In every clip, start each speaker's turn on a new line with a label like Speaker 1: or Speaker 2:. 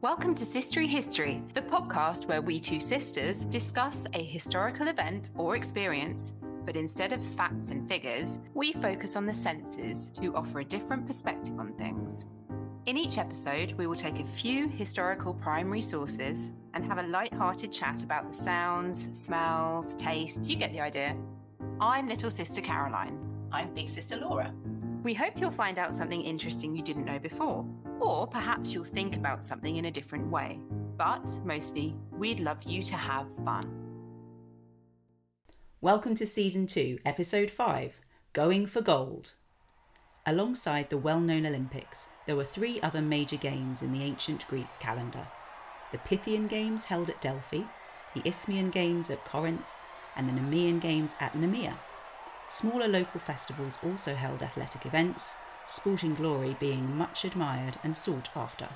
Speaker 1: Welcome to Sistery History, the podcast where we two sisters discuss a historical event or experience, but instead of facts and figures, we focus on the senses to offer a different perspective on things. In each episode, we will take a few historical primary sources and have a light-hearted chat about the sounds, smells, tastes, you get the idea. I'm little sister Caroline.
Speaker 2: I'm Big Sister Laura.
Speaker 1: We hope you'll find out something interesting you didn't know before, or perhaps you'll think about something in a different way. But mostly, we'd love you to have fun.
Speaker 2: Welcome to Season 2, Episode 5 Going for Gold. Alongside the well known Olympics, there were three other major games in the ancient Greek calendar the Pythian Games held at Delphi, the Isthmian Games at Corinth, and the Nemean Games at Nemea. Smaller local festivals also held athletic events, sporting glory being much admired and sought after.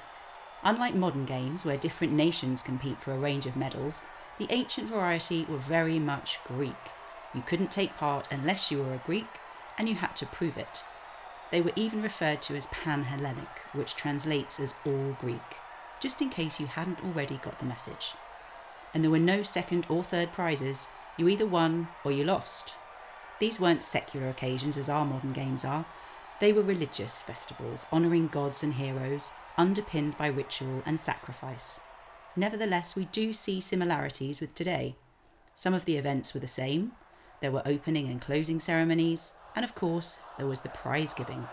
Speaker 2: Unlike modern games, where different nations compete for a range of medals, the ancient variety were very much Greek. You couldn't take part unless you were a Greek, and you had to prove it. They were even referred to as Pan Hellenic, which translates as all Greek, just in case you hadn't already got the message. And there were no second or third prizes, you either won or you lost. These weren't secular occasions as our modern games are. They were religious festivals honouring gods and heroes, underpinned by ritual and sacrifice. Nevertheless, we do see similarities with today. Some of the events were the same, there were opening and closing ceremonies, and of course, there was the prize giving.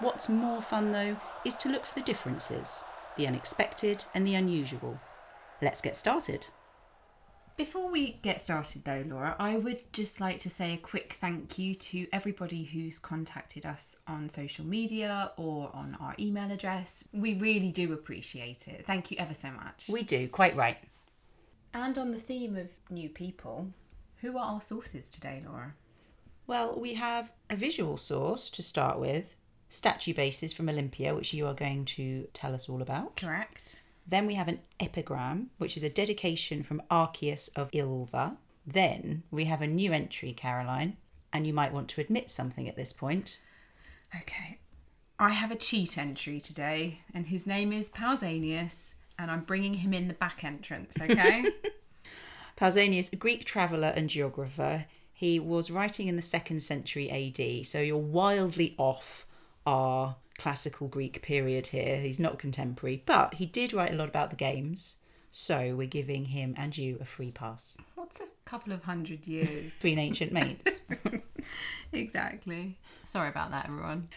Speaker 2: What's more fun though is to look for the differences, the unexpected and the unusual. Let's get started.
Speaker 3: Before we get started, though, Laura, I would just like to say a quick thank you to everybody who's contacted us on social media or on our email address. We really do appreciate it. Thank you ever so much.
Speaker 2: We do, quite right.
Speaker 3: And on the theme of new people, who are our sources today, Laura?
Speaker 2: Well, we have a visual source to start with, statue bases from Olympia, which you are going to tell us all about.
Speaker 3: Correct.
Speaker 2: Then we have an epigram, which is a dedication from Arceus of Ilva. Then we have a new entry, Caroline, and you might want to admit something at this point.
Speaker 3: Okay. I have a cheat entry today, and his name is Pausanias, and I'm bringing him in the back entrance, okay?
Speaker 2: Pausanias, a Greek traveller and geographer, he was writing in the second century AD, so you're wildly off our classical Greek period here. He's not contemporary, but he did write a lot about the games, so we're giving him and you a free pass
Speaker 3: What's a couple of hundred years?
Speaker 2: between ancient mates.
Speaker 3: exactly. Sorry about that, everyone.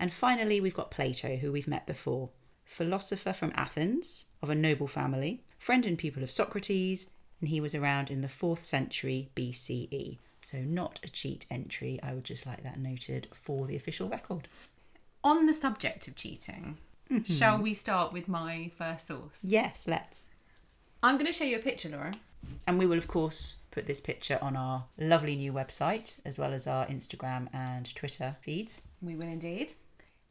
Speaker 2: And finally, we've got Plato, who we've met before. Philosopher from Athens, of a noble family, friend and pupil of Socrates, and he was around in the 4th century BCE. So, not a cheat entry. I would just like that noted for the official record.
Speaker 3: On the subject of cheating, shall we start with my first source?
Speaker 2: Yes, let's.
Speaker 3: I'm going to show you a picture, Laura.
Speaker 2: And we will, of course, put this picture on our lovely new website, as well as our Instagram and Twitter feeds.
Speaker 3: We will indeed.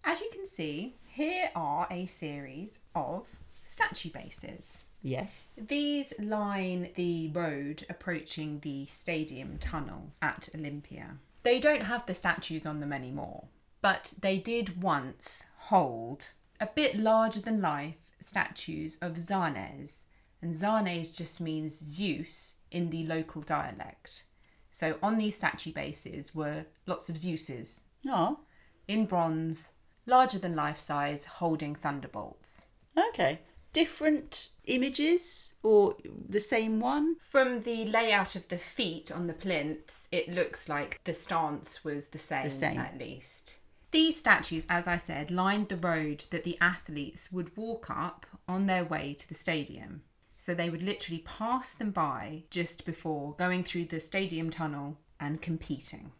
Speaker 3: As you can see, here are a series of statue bases.
Speaker 2: Yes.
Speaker 3: These line the road approaching the stadium tunnel at Olympia. They don't have the statues on them anymore, but they did once hold a bit larger than life statues of Zanes, and Zanes just means Zeus in the local dialect. So on these statue bases were lots of Zeuses
Speaker 2: Oh,
Speaker 3: in bronze, larger than life size, holding thunderbolts.
Speaker 2: okay. Different images or the same one?
Speaker 3: From the layout of the feet on the plinths, it looks like the stance was the same,
Speaker 2: same.
Speaker 3: at least. These statues, as I said, lined the road that the athletes would walk up on their way to the stadium. So they would literally pass them by just before going through the stadium tunnel and competing.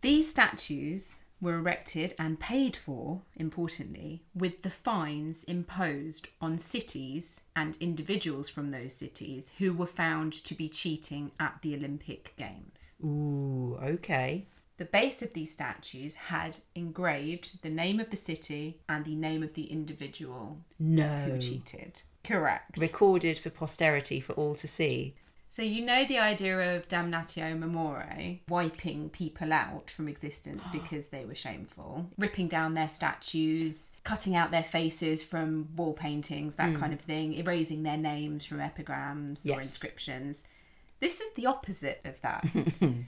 Speaker 3: These statues were erected and paid for, importantly, with the fines imposed on cities and individuals from those cities who were found to be cheating at the Olympic Games.
Speaker 2: Ooh, okay.
Speaker 3: The base of these statues had engraved the name of the city and the name of the individual
Speaker 2: No.
Speaker 3: who cheated. Correct.
Speaker 2: Recorded for posterity for all to see.
Speaker 3: So you know the idea of damnatio memore, wiping people out from existence because they were shameful, ripping down their statues, cutting out their faces from wall paintings, that kind of thing, erasing their names from epigrams or
Speaker 2: Yes.
Speaker 3: inscriptions. This is the opposite of that.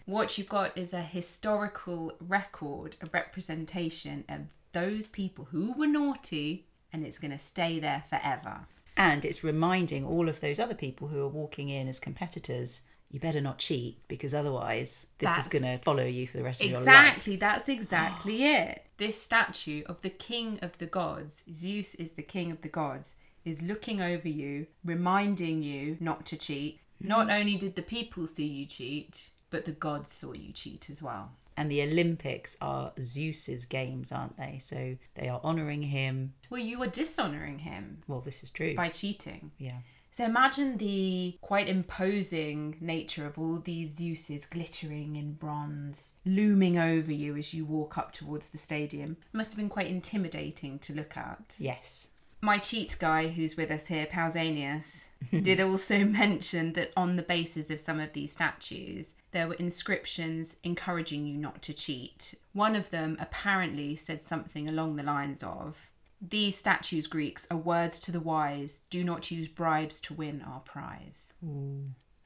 Speaker 3: what you've got is a historical record, a representation of those people who were naughty, and it's going to stay there forever.
Speaker 2: And it's reminding all of those other people who are walking in as competitors, you better not cheat because otherwise this
Speaker 3: That's-
Speaker 2: is going to follow you for the rest of your life.
Speaker 3: Exactly, that's exactly it. This statue of the king of the gods, Zeus is the king of the gods, is looking over you, reminding you not to cheat. Not only did the people see you cheat, but the gods saw you cheat as well.
Speaker 2: And the Olympics are Zeus's games, aren't they? So they are honouring him.
Speaker 3: Well, you are dishonoring him
Speaker 2: Well, this is true.
Speaker 3: by cheating.
Speaker 2: yeah.
Speaker 3: So imagine the quite imposing nature of all these Zeuses glittering in bronze, looming over you as you walk up towards the stadium. must have been quite intimidating to look at.
Speaker 2: Yes.
Speaker 3: My cheat guy, who's with us here, Pausanias, did also mention that on the basis of some of these statues, there were inscriptions encouraging you not to cheat. One of them apparently said something along the lines of These statues, Greeks, are words to the wise. Do not use bribes to win our prize.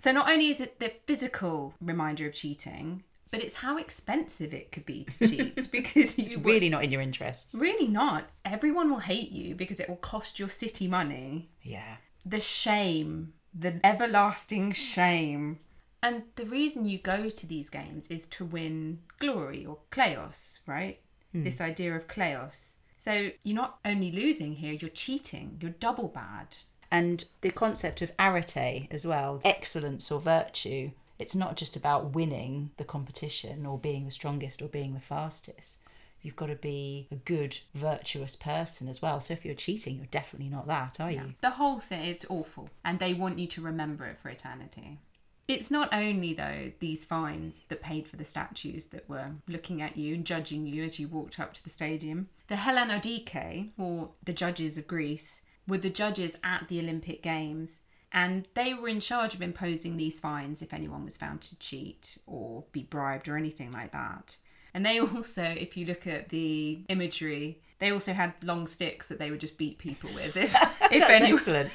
Speaker 3: So, not only is it the physical reminder of cheating, but it's how expensive it could be to cheat because
Speaker 2: It's
Speaker 3: you would-
Speaker 2: really not in your interests.
Speaker 3: Really not. Everyone will hate you because it will cost your city money.
Speaker 2: Yeah.
Speaker 3: The shame, the everlasting shame. And the reason you go to these games is to win glory or kleos, right? This idea of kleos. So you're not only losing here, you're cheating, you're double bad.
Speaker 2: And the concept of arete as well, excellence or virtue. It's not just about winning the competition or being the strongest or being the fastest. You've got to be a good, virtuous person as well. So if you're cheating, you're definitely not that, are you?
Speaker 3: The whole thing is awful, and they want you to remember it for eternity. It's not only, though, these fines that paid for the statues that were looking at you and judging you as you walked up to the stadium. The Helenodike, or the judges of Greece, were the judges at the Olympic Games, and they were in charge of imposing these fines if anyone was found to cheat or be bribed or anything like that. And they also, if you look at the imagery, they also had long sticks that they would just beat people with if, if
Speaker 2: That's
Speaker 3: anyone
Speaker 2: excellent.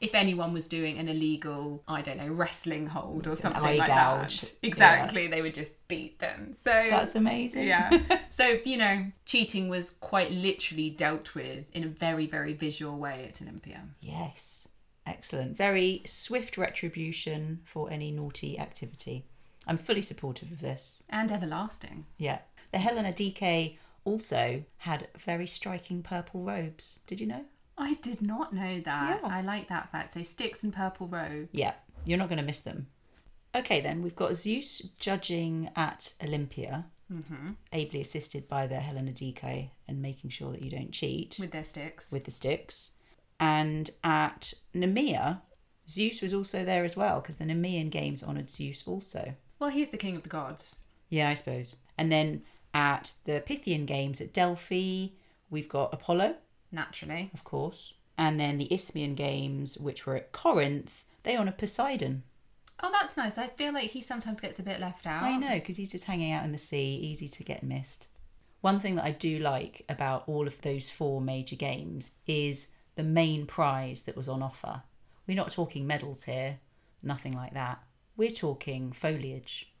Speaker 3: if anyone was doing an illegal, I don't know, wrestling hold or something
Speaker 2: eye
Speaker 3: like
Speaker 2: gouge.
Speaker 3: that. Exactly, they would just beat them. So
Speaker 2: That's amazing.
Speaker 3: yeah. So you know, cheating was quite literally dealt with in a very, very visual way at Olympia.
Speaker 2: Yes. Excellent. Very swift retribution for any naughty activity. I'm fully supportive of this.
Speaker 3: And everlasting.
Speaker 2: Yeah. The Helena DK also had very striking purple robes. Did you know?
Speaker 3: I did not know that.
Speaker 2: Yeah.
Speaker 3: I like that fact. So sticks and purple robes.
Speaker 2: Yeah, you're not going to miss them. Okay, then we've got Zeus judging at Olympia, Mm-hmm. ably assisted by the Helena DK and making sure that you don't cheat with,
Speaker 3: With their sticks.
Speaker 2: the sticks. And at Nemea, Zeus was also there as well because the Nemean Games honoured Zeus also.
Speaker 3: well, he's the king of the gods.
Speaker 2: Yeah, I suppose. And then at the Pythian Games at Delphi, we've got Apollo,
Speaker 3: Naturally.
Speaker 2: of course. And then the Isthmian Games, which were at Corinth, they honoured Poseidon.
Speaker 3: Oh, that's nice. I feel like he sometimes gets a bit left out.
Speaker 2: I know, because he's just hanging out in the sea, easy to get missed. One thing that I do like about all of those four major games is the main prize that was on offer. We're not talking medals here, nothing like that. We're talking foliage.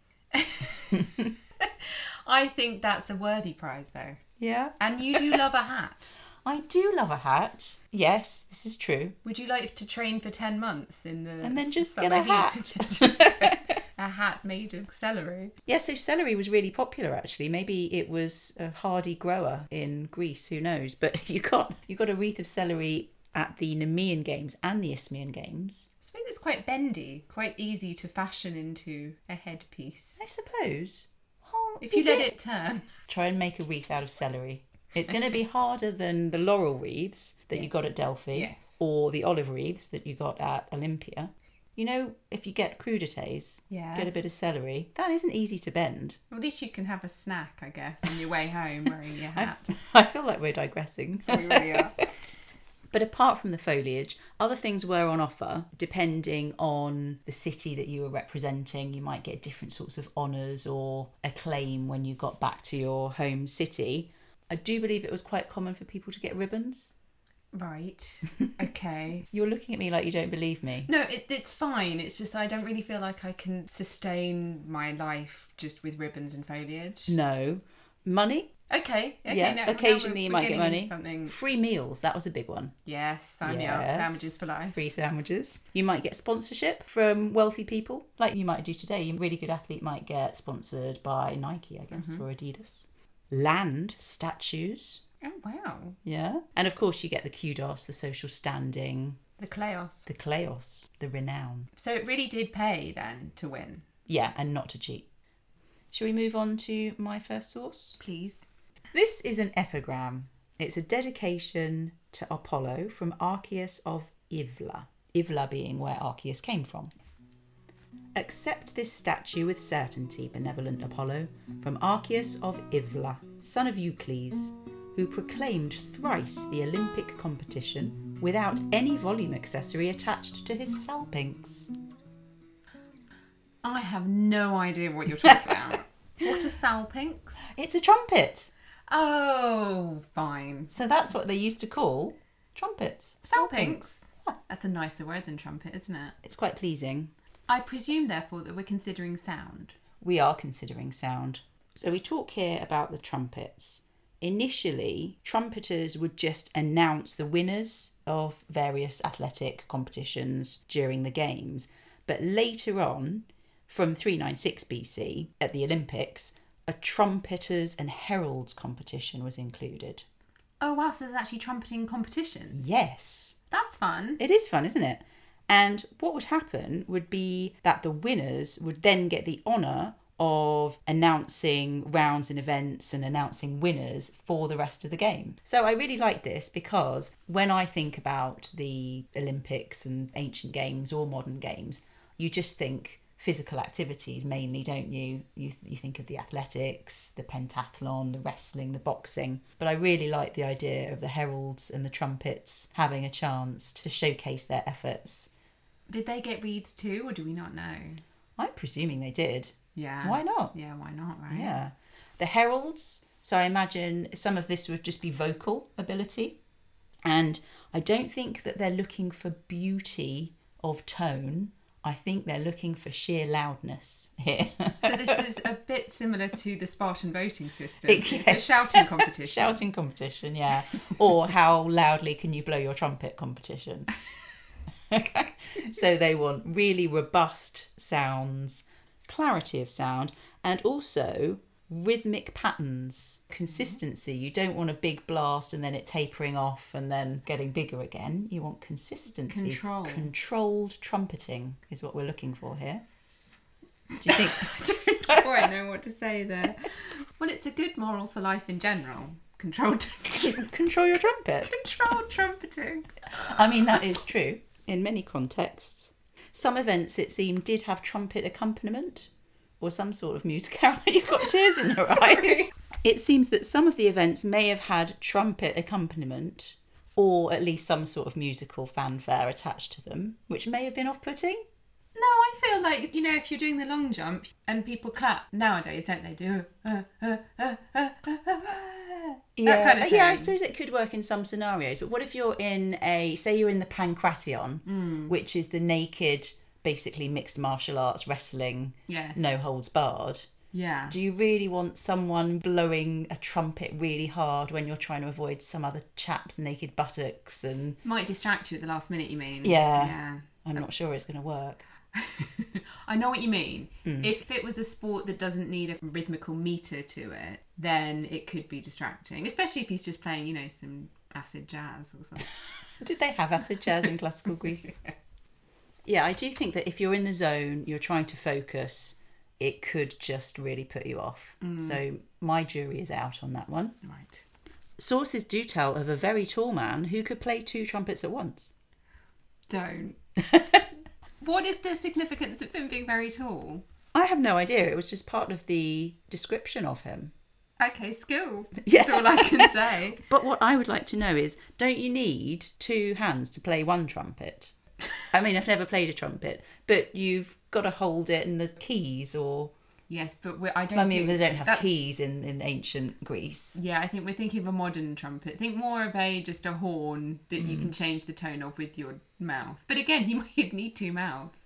Speaker 3: I think that's a worthy prize, though.
Speaker 2: Yeah.
Speaker 3: And you do love a hat.
Speaker 2: I do love a hat. Yes, this is true.
Speaker 3: Would you like to train for 10 months in the
Speaker 2: And then just
Speaker 3: summer
Speaker 2: get a
Speaker 3: heat?
Speaker 2: hat.
Speaker 3: Just get a hat made of celery.
Speaker 2: Yeah, so celery was really popular actually. Maybe it was a hardy grower in Greece, who knows? But you got you got a wreath of celery at the Nemean Games and the Isthmian Games.
Speaker 3: I suppose it's quite bendy, quite easy to fashion into a headpiece.
Speaker 2: I suppose. Well,
Speaker 3: If you
Speaker 2: is
Speaker 3: let it turn.
Speaker 2: try and make a wreath out of celery. It's going to be harder than the laurel wreaths that you got at Delphi,
Speaker 3: Yes.
Speaker 2: or the olive wreaths that you got at Olympia. You know, if you get crudités, get a
Speaker 3: Yes.
Speaker 2: bit of celery. That isn't easy to bend.
Speaker 3: At least you can have a snack, I guess, on your way home wearing your
Speaker 2: I-
Speaker 3: hat.
Speaker 2: I feel like we're digressing.
Speaker 3: we really are.
Speaker 2: But apart from the foliage, other things were on offer depending on the city that you were representing. You might get different sorts of honours or acclaim when you got back to your home city. I do believe it was quite common for people to get ribbons.
Speaker 3: Right. Okay.
Speaker 2: You're looking at me like you don't believe me.
Speaker 3: No, it, it's fine. It's just I don't really feel like I can sustain my life just with ribbons and foliage.
Speaker 2: No. Money?
Speaker 3: Okay. okay
Speaker 2: Mm. yeah.
Speaker 3: now- now
Speaker 2: Occasionally
Speaker 3: we're-
Speaker 2: you
Speaker 3: we're
Speaker 2: might get
Speaker 3: getting into
Speaker 2: money.
Speaker 3: Something.
Speaker 2: Free meals, that was a big one.
Speaker 3: Yes. Sign me up.
Speaker 2: Yes.
Speaker 3: Sandwiches for life.
Speaker 2: Free sandwiches. You might get sponsorship from wealthy people, like you might do today. A really good athlete might get sponsored by Nike, I guess, or Adidas. Land, statues.
Speaker 3: Oh wow.
Speaker 2: Yeah. And of course, you get the kudos, the social standing,
Speaker 3: The Kleos.
Speaker 2: the kleos, the renown.
Speaker 3: So it really did pay then to win.
Speaker 2: Yeah, and not to cheat. Shall we move on to my first source?
Speaker 3: Please.
Speaker 2: This is an epigram. It's a dedication to Apollo from Archeus of Ivla, Ivla being where Archeus came from. Accept this statue with certainty, benevolent Apollo, from Archeus of Ivla, son of Eucles, who proclaimed thrice the Olympic competition without any volume accessory attached to his salpinx.
Speaker 3: I have no idea what you're talking about. What are salpinks?
Speaker 2: It's a trumpet.
Speaker 3: Oh, fine.
Speaker 2: So that's what they used to call trumpets.
Speaker 3: Salpinks. That's a nicer word than trumpet, isn't it?
Speaker 2: It's quite pleasing.
Speaker 3: I presume, therefore, that we're considering sound.
Speaker 2: we are considering sound. So we talk here about the trumpets. Initially, trumpeters would just announce the winners of various athletic competitions during the games. But later on, from 396 BC at the Olympics, a trumpeters and heralds competition was included.
Speaker 3: Oh, wow, so there's actually trumpeting competition.
Speaker 2: Yes,
Speaker 3: That's fun.
Speaker 2: it is fun, isn't it? And what would happen would be that the winners would then get the honour of announcing rounds and events and announcing winners for the rest of the game. So I really like this because when I think about the Olympics and ancient games or modern games, you just think physical activities mainly, don't you? You, you think of the athletics, the pentathlon, the wrestling, the boxing. But I really like the idea of the heralds and the trumpets having a chance to showcase their efforts.
Speaker 3: Did they get reeds too, or do we not know?
Speaker 2: I'm presuming they did.
Speaker 3: Yeah.
Speaker 2: Why not?
Speaker 3: Yeah, why not, right?
Speaker 2: Yeah. The heralds, so I imagine some of this would just be vocal ability. And I don't think that they're looking for beauty of tone. I think they're looking for sheer loudness here.
Speaker 3: So this is a bit similar to the Spartan voting system.
Speaker 2: It-
Speaker 3: it's a
Speaker 2: yes.
Speaker 3: shouting competition.
Speaker 2: Shouting competition, yeah. or how loudly can you blow your trumpet competition? so they want really robust sounds, clarity of sound, and also rhythmic patterns, consistency. You don't want a big blast and then it tapering off and then getting bigger again. You want consistency.
Speaker 3: Control.
Speaker 2: Controlled trumpeting is what we're looking for here. Do you think?
Speaker 3: don't quite know what to say there. Well, it's a good moral for life in general. Controlled,
Speaker 2: Control your trumpet.
Speaker 3: controlled trumpeting.
Speaker 2: I mean, that is true in many contexts. Some events, it seemed, did have trumpet accompaniment or some sort of music. Caroline, you've got tears in your eyes. It seems that some of the events may have had trumpet accompaniment or at least some sort of musical fanfare attached to them, which may have been off putting.
Speaker 3: No, I feel like you know if you're doing the long jump and people clap nowadays, don't they? Do uh, uh, uh, uh, uh, uh, that kind of thing.
Speaker 2: yeah, I suppose it could work in some scenarios. But what if you're in a, say, you're in the pancration, which is the naked, basically mixed martial arts wrestling,
Speaker 3: Yes.
Speaker 2: no holds barred.
Speaker 3: Yeah.
Speaker 2: Do you really want someone blowing a trumpet really hard when you're trying to avoid some other chap's naked buttocks? And
Speaker 3: Might distract you at the last minute. You mean?
Speaker 2: Yeah.
Speaker 3: Yeah.
Speaker 2: I'm not sure it's going to work.
Speaker 3: I know what you mean. If it was a sport that doesn't need a rhythmical meter to it, then it could be distracting, especially if he's just playing, you know, some acid jazz or something.
Speaker 2: Did they have acid jazz in classical Greece? Yeah, I do think that if you're in the zone, you're trying to focus, it could just really put you off. So my jury is out on that one.
Speaker 3: right.
Speaker 2: Sources do tell of a very tall man who could play two trumpets at once.
Speaker 3: Don't. what is the significance of him being very tall?
Speaker 2: I have no idea. It was just part of the description of him.
Speaker 3: Okay, skills.
Speaker 2: Yeah.
Speaker 3: That's all I can say.
Speaker 2: But what I would like to know is don't you need two hands to play one trumpet? I mean, I've never played a trumpet, but you've got to hold it and there's keys or.
Speaker 3: Yes, but we're, I don't.
Speaker 2: I mean,
Speaker 3: think
Speaker 2: they don't have
Speaker 3: that's-
Speaker 2: keys in, in ancient Greece.
Speaker 3: Yeah, I think we're thinking of a modern trumpet. Think more of a just a horn that you
Speaker 2: Mm.
Speaker 3: can change the tone of with your mouth. But again, you might need two mouths.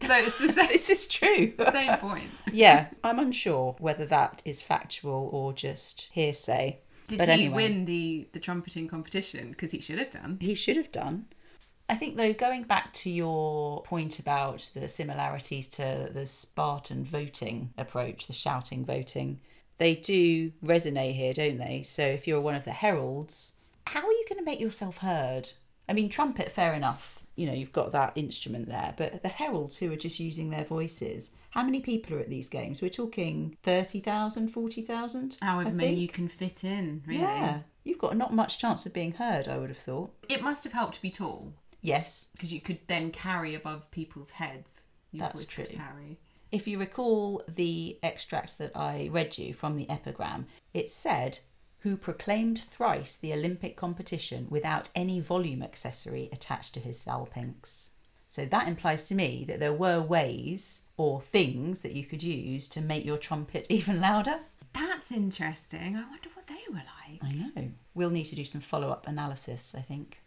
Speaker 3: So it's the same,
Speaker 2: This is true.
Speaker 3: same point.
Speaker 2: yeah, I'm unsure whether that is factual or just hearsay.
Speaker 3: Did
Speaker 2: But
Speaker 3: he
Speaker 2: anyway.
Speaker 3: win the the trumpeting competition? Because he should have done.
Speaker 2: he should have done. I think, though, going back to your point about the similarities to the Spartan voting approach, the shouting voting, they do resonate here, don't they? So if you're one of the heralds, how are you going to make yourself heard? I mean, trumpet, fair enough. You know, you've got that instrument there, but the heralds who are just using their voices, how many people are at these games? We're talking 30,000, 40,000?
Speaker 3: However
Speaker 2: I
Speaker 3: many you
Speaker 2: think.
Speaker 3: can fit in, really.
Speaker 2: Yeah. You've got not much chance of being heard, I would have thought.
Speaker 3: It must have helped to be tall
Speaker 2: Yes,
Speaker 3: because you could then carry above people's heads. You
Speaker 2: That's
Speaker 3: always could
Speaker 2: true.
Speaker 3: Carry.
Speaker 2: If you recall the extract that I read you from the epigram, it said, Who proclaimed thrice the Olympic competition without any volume accessory attached to his salpinx. So that implies to me that there were ways or things that you could use to make your trumpet even louder.
Speaker 3: That's interesting. I wonder what they were like.
Speaker 2: I know. We'll need to do some follow up analysis, I think.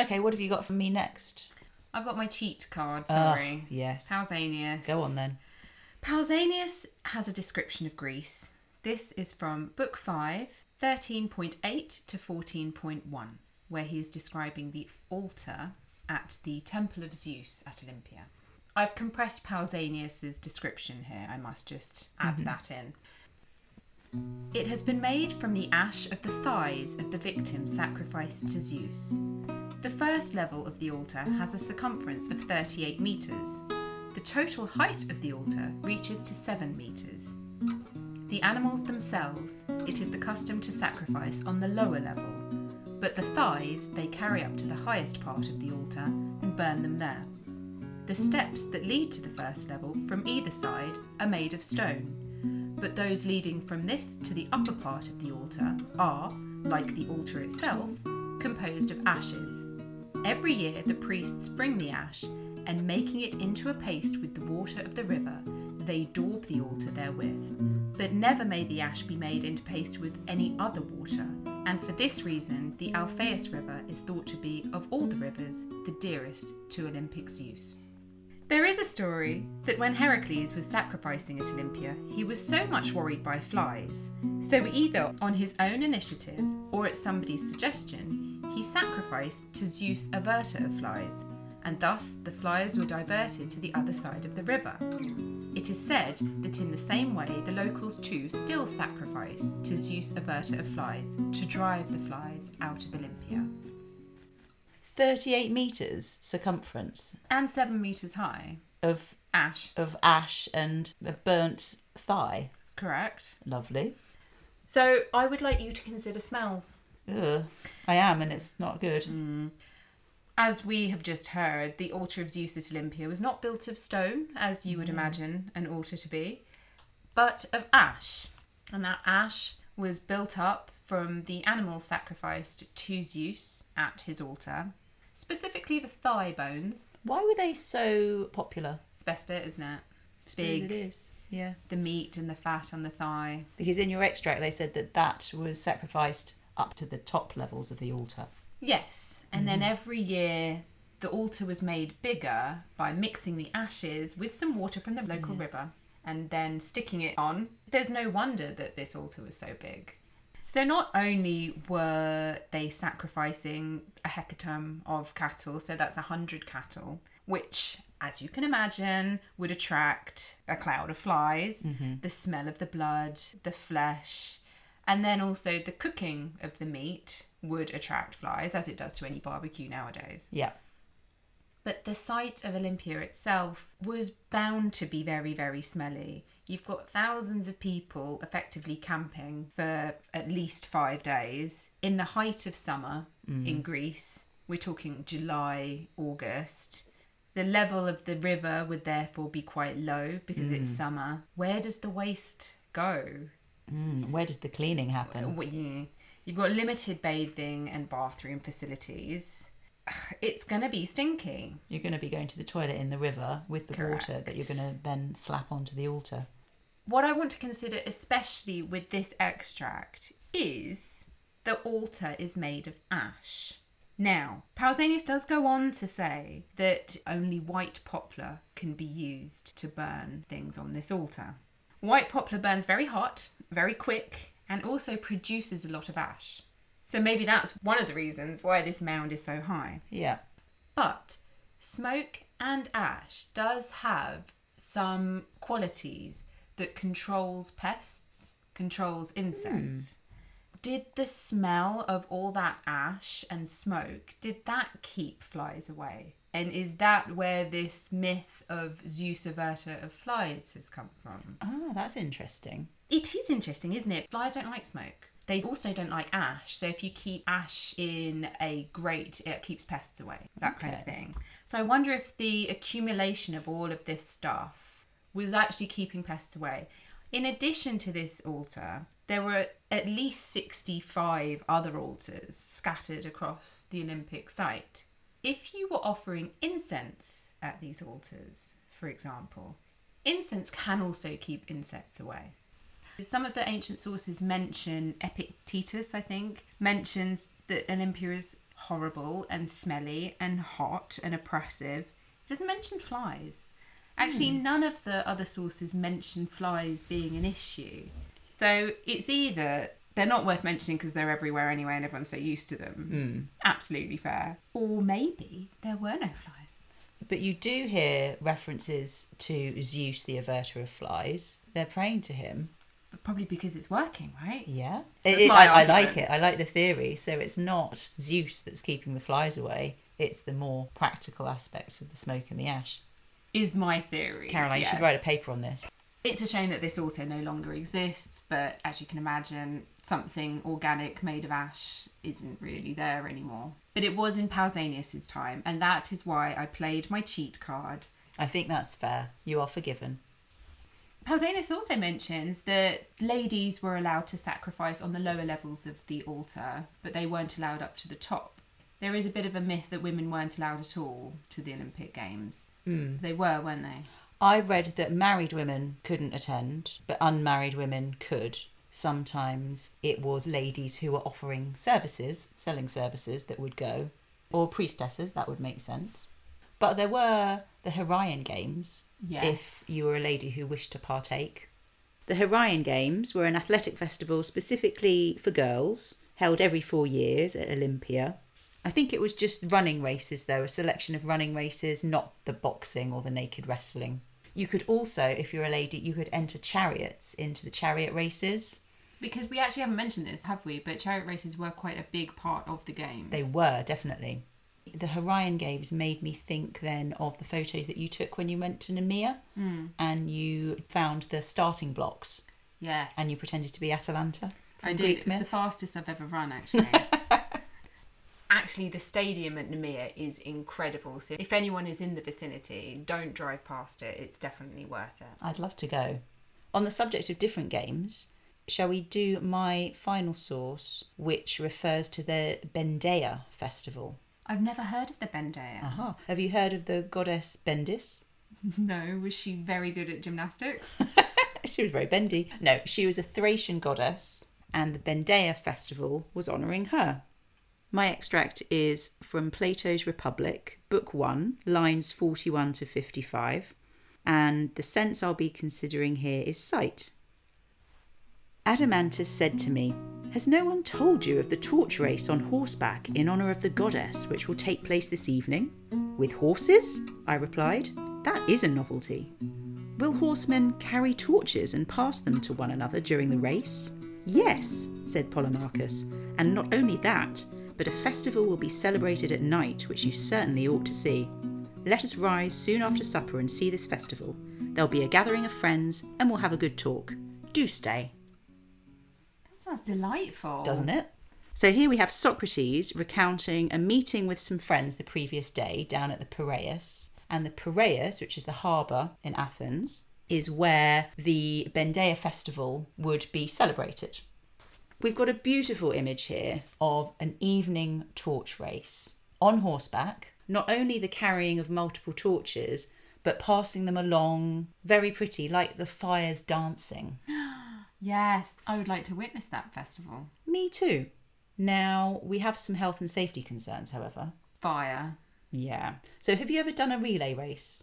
Speaker 2: Okay, what have you got for me next?
Speaker 3: I've got my cheat card. Sorry.
Speaker 2: Ah, yes.
Speaker 3: Pausanias.
Speaker 2: Go on then.
Speaker 3: Pausanias has a description of Greece. This is from Book 5, 13.8 to 14.1, where he is describing the altar at the Temple of Zeus at Olympia. I've compressed Pausanias' description here, I must just add that in. It has been made from the ash of the thighs of the victim sacrificed to Zeus. The first level of the altar has a circumference of 38 metres. The total height of the altar reaches to 7 metres. The animals themselves, it is the custom to sacrifice on the lower level, but the thighs they carry up to the highest part of the altar and burn them there. The steps that lead to the first level from either side are made of stone, but those leading from this to the upper part of the altar are, like the altar itself, composed of ashes. Every year, the priests bring the ash, and making it into a paste with the water of the river, they daub the altar therewith. But never may the ash be made into paste with any other water, and for this reason, the Alpheus River is thought to be, of all the rivers, the dearest to Olympic Zeus. There is a story that when Heracles was sacrificing at Olympia, he was so much worried by flies. So, either on his own initiative or at somebody's suggestion, he sacrificed to Zeus a verter of flies, and thus the flies were diverted to the other side of the river. It is said that in the same way, the locals too still sacrifice to Zeus a verter of flies to drive the flies out of Olympia.
Speaker 2: 38 metres circumference
Speaker 3: And seven metres high,
Speaker 2: of
Speaker 3: ash.
Speaker 2: of ash and a burnt thigh.
Speaker 3: That's correct.
Speaker 2: Lovely.
Speaker 3: So I would like you to consider smells.
Speaker 2: Ugh, I am, and it's not good.
Speaker 3: Mm. As we have just heard, the altar of Zeus at Olympia was not built of stone, as you would imagine an altar to be, but of ash. And that ash was built up from the animals sacrificed to Zeus at his altar, specifically the thigh bones.
Speaker 2: Why were they so popular?
Speaker 3: It's the best bit, isn't it? It's
Speaker 2: Because
Speaker 3: big.
Speaker 2: It is. Yeah.
Speaker 3: The meat and the fat on the thigh.
Speaker 2: Because in your extract they said that that was sacrificed up to the top levels of the altar.
Speaker 3: Yes, and then every year the altar was made bigger by mixing the ashes with some water from the local river and then sticking it on. There's no wonder that this altar was so big. So not only were they sacrificing a hecatomb of cattle, so that's a hundred cattle, which, as you can imagine, would attract a cloud of flies, the smell of the blood, the flesh, and then also the cooking of the meat would attract flies, as it does to any barbecue nowadays.
Speaker 2: Yeah.
Speaker 3: But the site of Olympia itself was bound to be very, very smelly. You've got thousands of people effectively camping for at least five days in the height of summer in Greece. We're talking July, August. The level of the river would therefore be quite low because it's summer. Where does the waste go?
Speaker 2: Mm, where does the cleaning happen?
Speaker 3: Well, yeah. You've got limited bathing and bathroom facilities. It's going to be stinky.
Speaker 2: You're going to be going to the toilet in the river with the water that you're
Speaker 3: Correct.
Speaker 2: going to then slap onto the altar.
Speaker 3: What I want to consider, especially with this extract, is the altar is made of ash. Now, Pausanias does go on to say that only white poplar can be used to burn things on this altar. White poplar burns very hot, very quick, and also produces a lot of ash. So maybe that's one of the reasons why this mound is so high.
Speaker 2: Yeah.
Speaker 3: But smoke and ash does have some qualities that controls pests, controls insects. Did the smell of all that ash and smoke did that keep flies away? And is that where this myth of Zeus averter of flies has come from?
Speaker 2: Ah, that's interesting.
Speaker 3: It is interesting, isn't it? Flies don't like smoke. They also don't like ash. So if you keep ash in a grate, it keeps pests away, that kind of
Speaker 2: Okay.
Speaker 3: thing. So I wonder if the accumulation of all of this stuff was actually keeping pests away. In addition to this altar, there were at least 65 other altars scattered across the Olympic site. If you were offering incense at these altars, for example, incense can also keep insects away. Some of the ancient sources mention Epictetus, I think, mentions that Olympia is horrible and smelly and hot and oppressive. It doesn't mention flies. Actually,
Speaker 2: Hmm.
Speaker 3: none of the other sources mention flies being an issue. So it's either they're not worth mentioning because they're everywhere anyway and everyone's so used to them.
Speaker 2: Hmm.
Speaker 3: Absolutely fair. Or maybe there were no flies.
Speaker 2: But you do hear references to Zeus, the averter of flies. They're praying to him.
Speaker 3: But probably because it's working, right?
Speaker 2: Yeah.
Speaker 3: That's
Speaker 2: It- it-
Speaker 3: my
Speaker 2: I, I like
Speaker 3: argument.
Speaker 2: it. I like the theory. So it's not Zeus that's keeping the flies away, it's the more practical aspects of the smoke and the ash.
Speaker 3: Is my theory.
Speaker 2: Caroline, you
Speaker 3: yes.
Speaker 2: should write a paper on this.
Speaker 3: It's a shame that this auto no longer exists, but as you can imagine, something organic made of ash isn't really there anymore. But it was in Pausanias' time, and that is why I played my cheat card.
Speaker 2: I think that's fair. You are forgiven.
Speaker 3: Pausanias also mentions that ladies were allowed to sacrifice on the lower levels of the altar, but they weren't allowed up to the top. There is a bit of a myth that women weren't allowed at all to the Olympic Games. They were, weren't they?
Speaker 2: I read that married women couldn't attend, but unmarried women could. Sometimes it was ladies who were offering services, selling services, that would go, or priestesses, that would make sense. But there were the Horion Games,
Speaker 3: Yes.
Speaker 2: if you were a lady who wished to partake. The Horion Games were an athletic festival specifically for girls, held every four years at Olympia. I think it was just running races, though, a selection of running races, not the boxing or the naked wrestling. You could also, if you're a lady, you could enter chariots into the chariot races.
Speaker 3: Because we actually haven't mentioned this, have we? But chariot races were quite a big part of the game.
Speaker 2: They were, definitely. The Horion Games made me think then of the photos that you took when you went to Nemea
Speaker 3: Hmm.
Speaker 2: and you found the starting blocks
Speaker 3: yes.
Speaker 2: and you pretended to be Atalanta.
Speaker 3: I
Speaker 2: from
Speaker 3: did.
Speaker 2: Greek
Speaker 3: it was the
Speaker 2: myth.
Speaker 3: fastest I've ever run, actually. actually, the stadium at Nemea is incredible. So if anyone is in the vicinity, don't drive past it. It's definitely worth it.
Speaker 2: I'd love to go. On the subject of different games, shall we do my final source, which refers to the Bendea festival?
Speaker 3: I've never heard of the Bendea.
Speaker 2: Aha. Have you heard of the goddess Bendis?
Speaker 3: No, was she very good at gymnastics?
Speaker 2: she was very bendy. No, she was a Thracian goddess, and the Bendea festival was honouring her. My extract is from Plato's Republic, Book 1, lines 41 to 55, and the sense I'll be considering here is sight. Adamantus said to me, Has no one told you of the torch race on horseback in honour of the goddess which will take place this evening? With horses? I replied. That is a novelty. Will horsemen carry torches and pass them to one another during the race? Yes, said Polemarchus, and not only that, but a festival will be celebrated at night which you certainly ought to see. Let us rise soon after supper and see this festival. There'll be a gathering of friends and we'll have a good talk. Do stay.
Speaker 3: That sounds delightful.
Speaker 2: it? So here we have Socrates recounting a meeting with some friends the previous day down at the Piraeus. And the Piraeus, which is the harbour in Athens, is where the Bendea festival would be celebrated. We've got a beautiful image here of an evening torch race on horseback. Not only the carrying of multiple torches, but passing them along, very pretty, like the fires dancing.
Speaker 3: Yes, I would like to witness that festival.
Speaker 2: Me too. Now, we have some health and safety concerns, however.
Speaker 3: Fire.
Speaker 2: Yeah. So, have you ever done a relay race?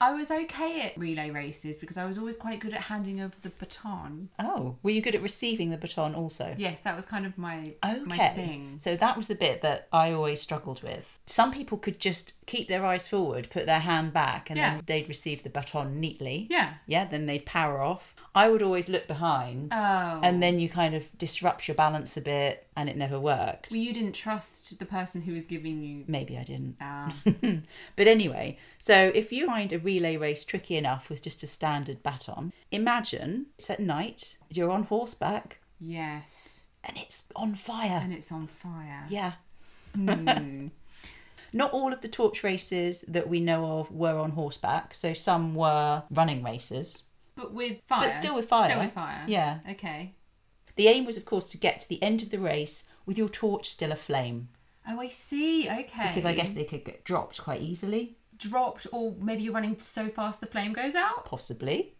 Speaker 3: I was okay at relay races because I was always quite good at handing over the baton.
Speaker 2: Oh, were you good at receiving the baton also?
Speaker 3: Yes, that was kind of my
Speaker 2: Okay.
Speaker 3: my thing.
Speaker 2: So that was the bit that I always struggled with. Some people could just keep their eyes forward, put their hand back, and
Speaker 3: Yeah.
Speaker 2: then they'd receive the baton neatly.
Speaker 3: Yeah.
Speaker 2: Yeah, then they'd power off. I would always look behind,
Speaker 3: Oh.
Speaker 2: and then you kind of disrupt your balance a bit, and it never worked.
Speaker 3: Well, you didn't trust the person who was giving you.
Speaker 2: Maybe I didn't.
Speaker 3: Ah,
Speaker 2: But anyway, so if you find a relay race tricky enough with just a standard baton, imagine it's at night, you're on horseback,
Speaker 3: yes.
Speaker 2: and it's on fire.
Speaker 3: And it's on fire.
Speaker 2: Yeah.
Speaker 3: Hmm.
Speaker 2: Not all of the torch races that we know of were on horseback, so some were running races.
Speaker 3: But with fire.
Speaker 2: But still with fire.
Speaker 3: Still with fire.
Speaker 2: Yeah.
Speaker 3: Okay.
Speaker 2: The aim was, of course, to get to the end of the race with your torch still aflame,
Speaker 3: Oh, I see. Okay.
Speaker 2: because I guess they could get dropped quite easily,
Speaker 3: dropped, or maybe you're running so fast the flame goes out.
Speaker 2: possibly.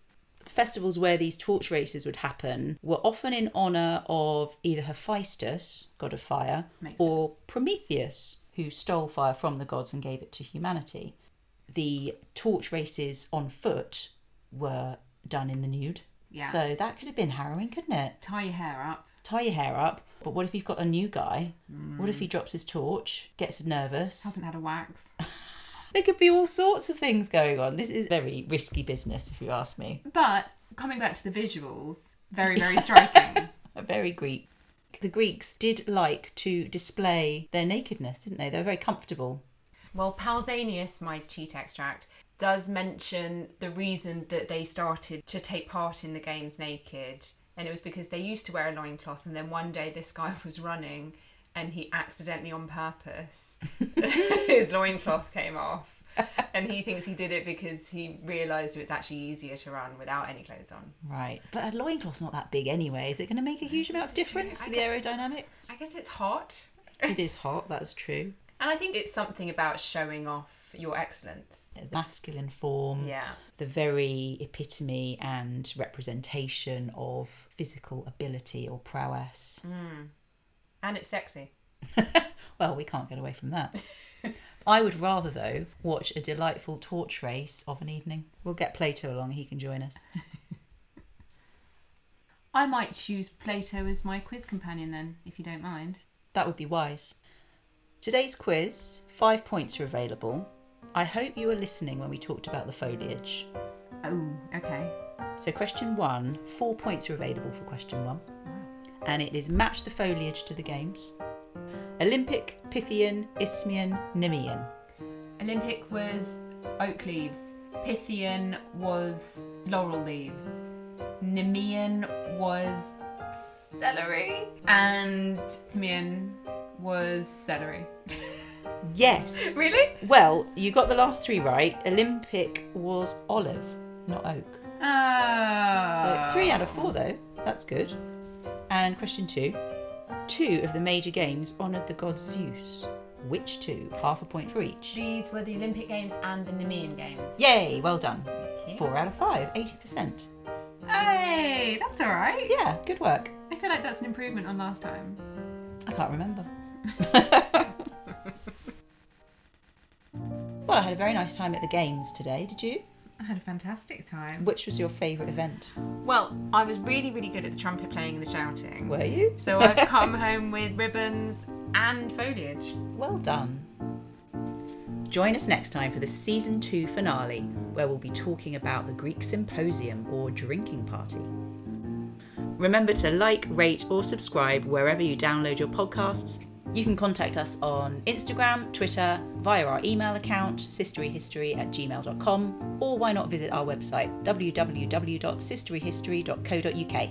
Speaker 2: The festivals where these torch races would happen were often in honour of either Hephaestus, god of fire,
Speaker 3: Makes
Speaker 2: or Prometheus, who stole fire from the gods and gave it to humanity. The torch races on foot were done in the nude.
Speaker 3: Yeah.
Speaker 2: So that could have been harrowing, couldn't it?
Speaker 3: Tie your hair up.
Speaker 2: Tie your hair up, but what if you've got a new guy? What
Speaker 3: Mm.
Speaker 2: if he drops his torch, gets nervous?
Speaker 3: Hasn't had a wax.
Speaker 2: There could be all sorts of things going on. This is very risky business, if you ask me.
Speaker 3: But coming back to the visuals, very, very striking.
Speaker 2: Very Greek. The Greeks did like to display their nakedness, didn't they? They were very comfortable.
Speaker 3: Well, Pausanias, my cheat extract, does mention the reason that they started to take part in the games naked. And it was because they used to wear a loincloth, and then one day this guy was running and he accidentally, on purpose, his loincloth came off. And he thinks he did it because he realised it was actually easier to run without any clothes on.
Speaker 2: Right. But a loincloth's not that big anyway. Is it going to make a huge amount of
Speaker 3: This is
Speaker 2: difference to
Speaker 3: true.
Speaker 2: the aerodynamics?
Speaker 3: I guess it's hot.
Speaker 4: it is hot, that's true.
Speaker 3: And I think it's something about showing off your excellence.
Speaker 2: The masculine form,
Speaker 3: Yeah.
Speaker 2: the very epitome and representation of physical ability or prowess.
Speaker 3: Mm. And it's sexy.
Speaker 2: Well, we can't get away from that. I would rather, though, watch a delightful torch race of an evening. We'll get Plato along, he can join us.
Speaker 3: I might choose Plato as my quiz companion then, if you don't mind.
Speaker 2: That would be wise. Today's quiz, five points are available. I hope you were listening when we talked about the foliage.
Speaker 3: Oh, okay.
Speaker 2: So, question one, four points are available for question one. And it is match the foliage to the games Olympic, Pythian, Isthmian, Nemean.
Speaker 3: Olympic was oak leaves. Pythian was laurel leaves. Nemean was celery. And Nemean was celery.
Speaker 2: Yes!
Speaker 3: Really?
Speaker 2: Well, you got the last three right. Olympic was olive, not oak.
Speaker 3: Oh.
Speaker 2: So three out of four, though. That's good. And question two. Two of the major games honoured the god Zeus. Which two? Half a point for each.
Speaker 3: These were the Olympic Games and the Nemean Games.
Speaker 2: Yay, well done.
Speaker 3: you.
Speaker 2: Four out of five, 80%.
Speaker 3: Hey, that's all right.
Speaker 2: Yeah, good work.
Speaker 3: I feel like that's an improvement on last time.
Speaker 2: I can't remember. well, I had a very nice time at the games today, did you?
Speaker 3: I had a fantastic time.
Speaker 2: Which was your favourite event?
Speaker 3: Well, I was really, really good at the trumpet playing and the shouting.
Speaker 2: Were you?
Speaker 3: So I've come home with ribbons and foliage.
Speaker 2: Well done. Join us next time for the season two finale, where we'll be talking about the Greek symposium or drinking party. Remember to like, rate, or subscribe wherever you download your podcasts. You can contact us on Instagram, Twitter, via our email account, sisteryhistory at gmail.com, or why not visit our website, www.sisteryhistory.co.uk.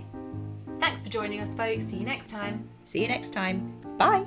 Speaker 3: Thanks for joining us, folks. See you next time.
Speaker 2: See you next time. Bye.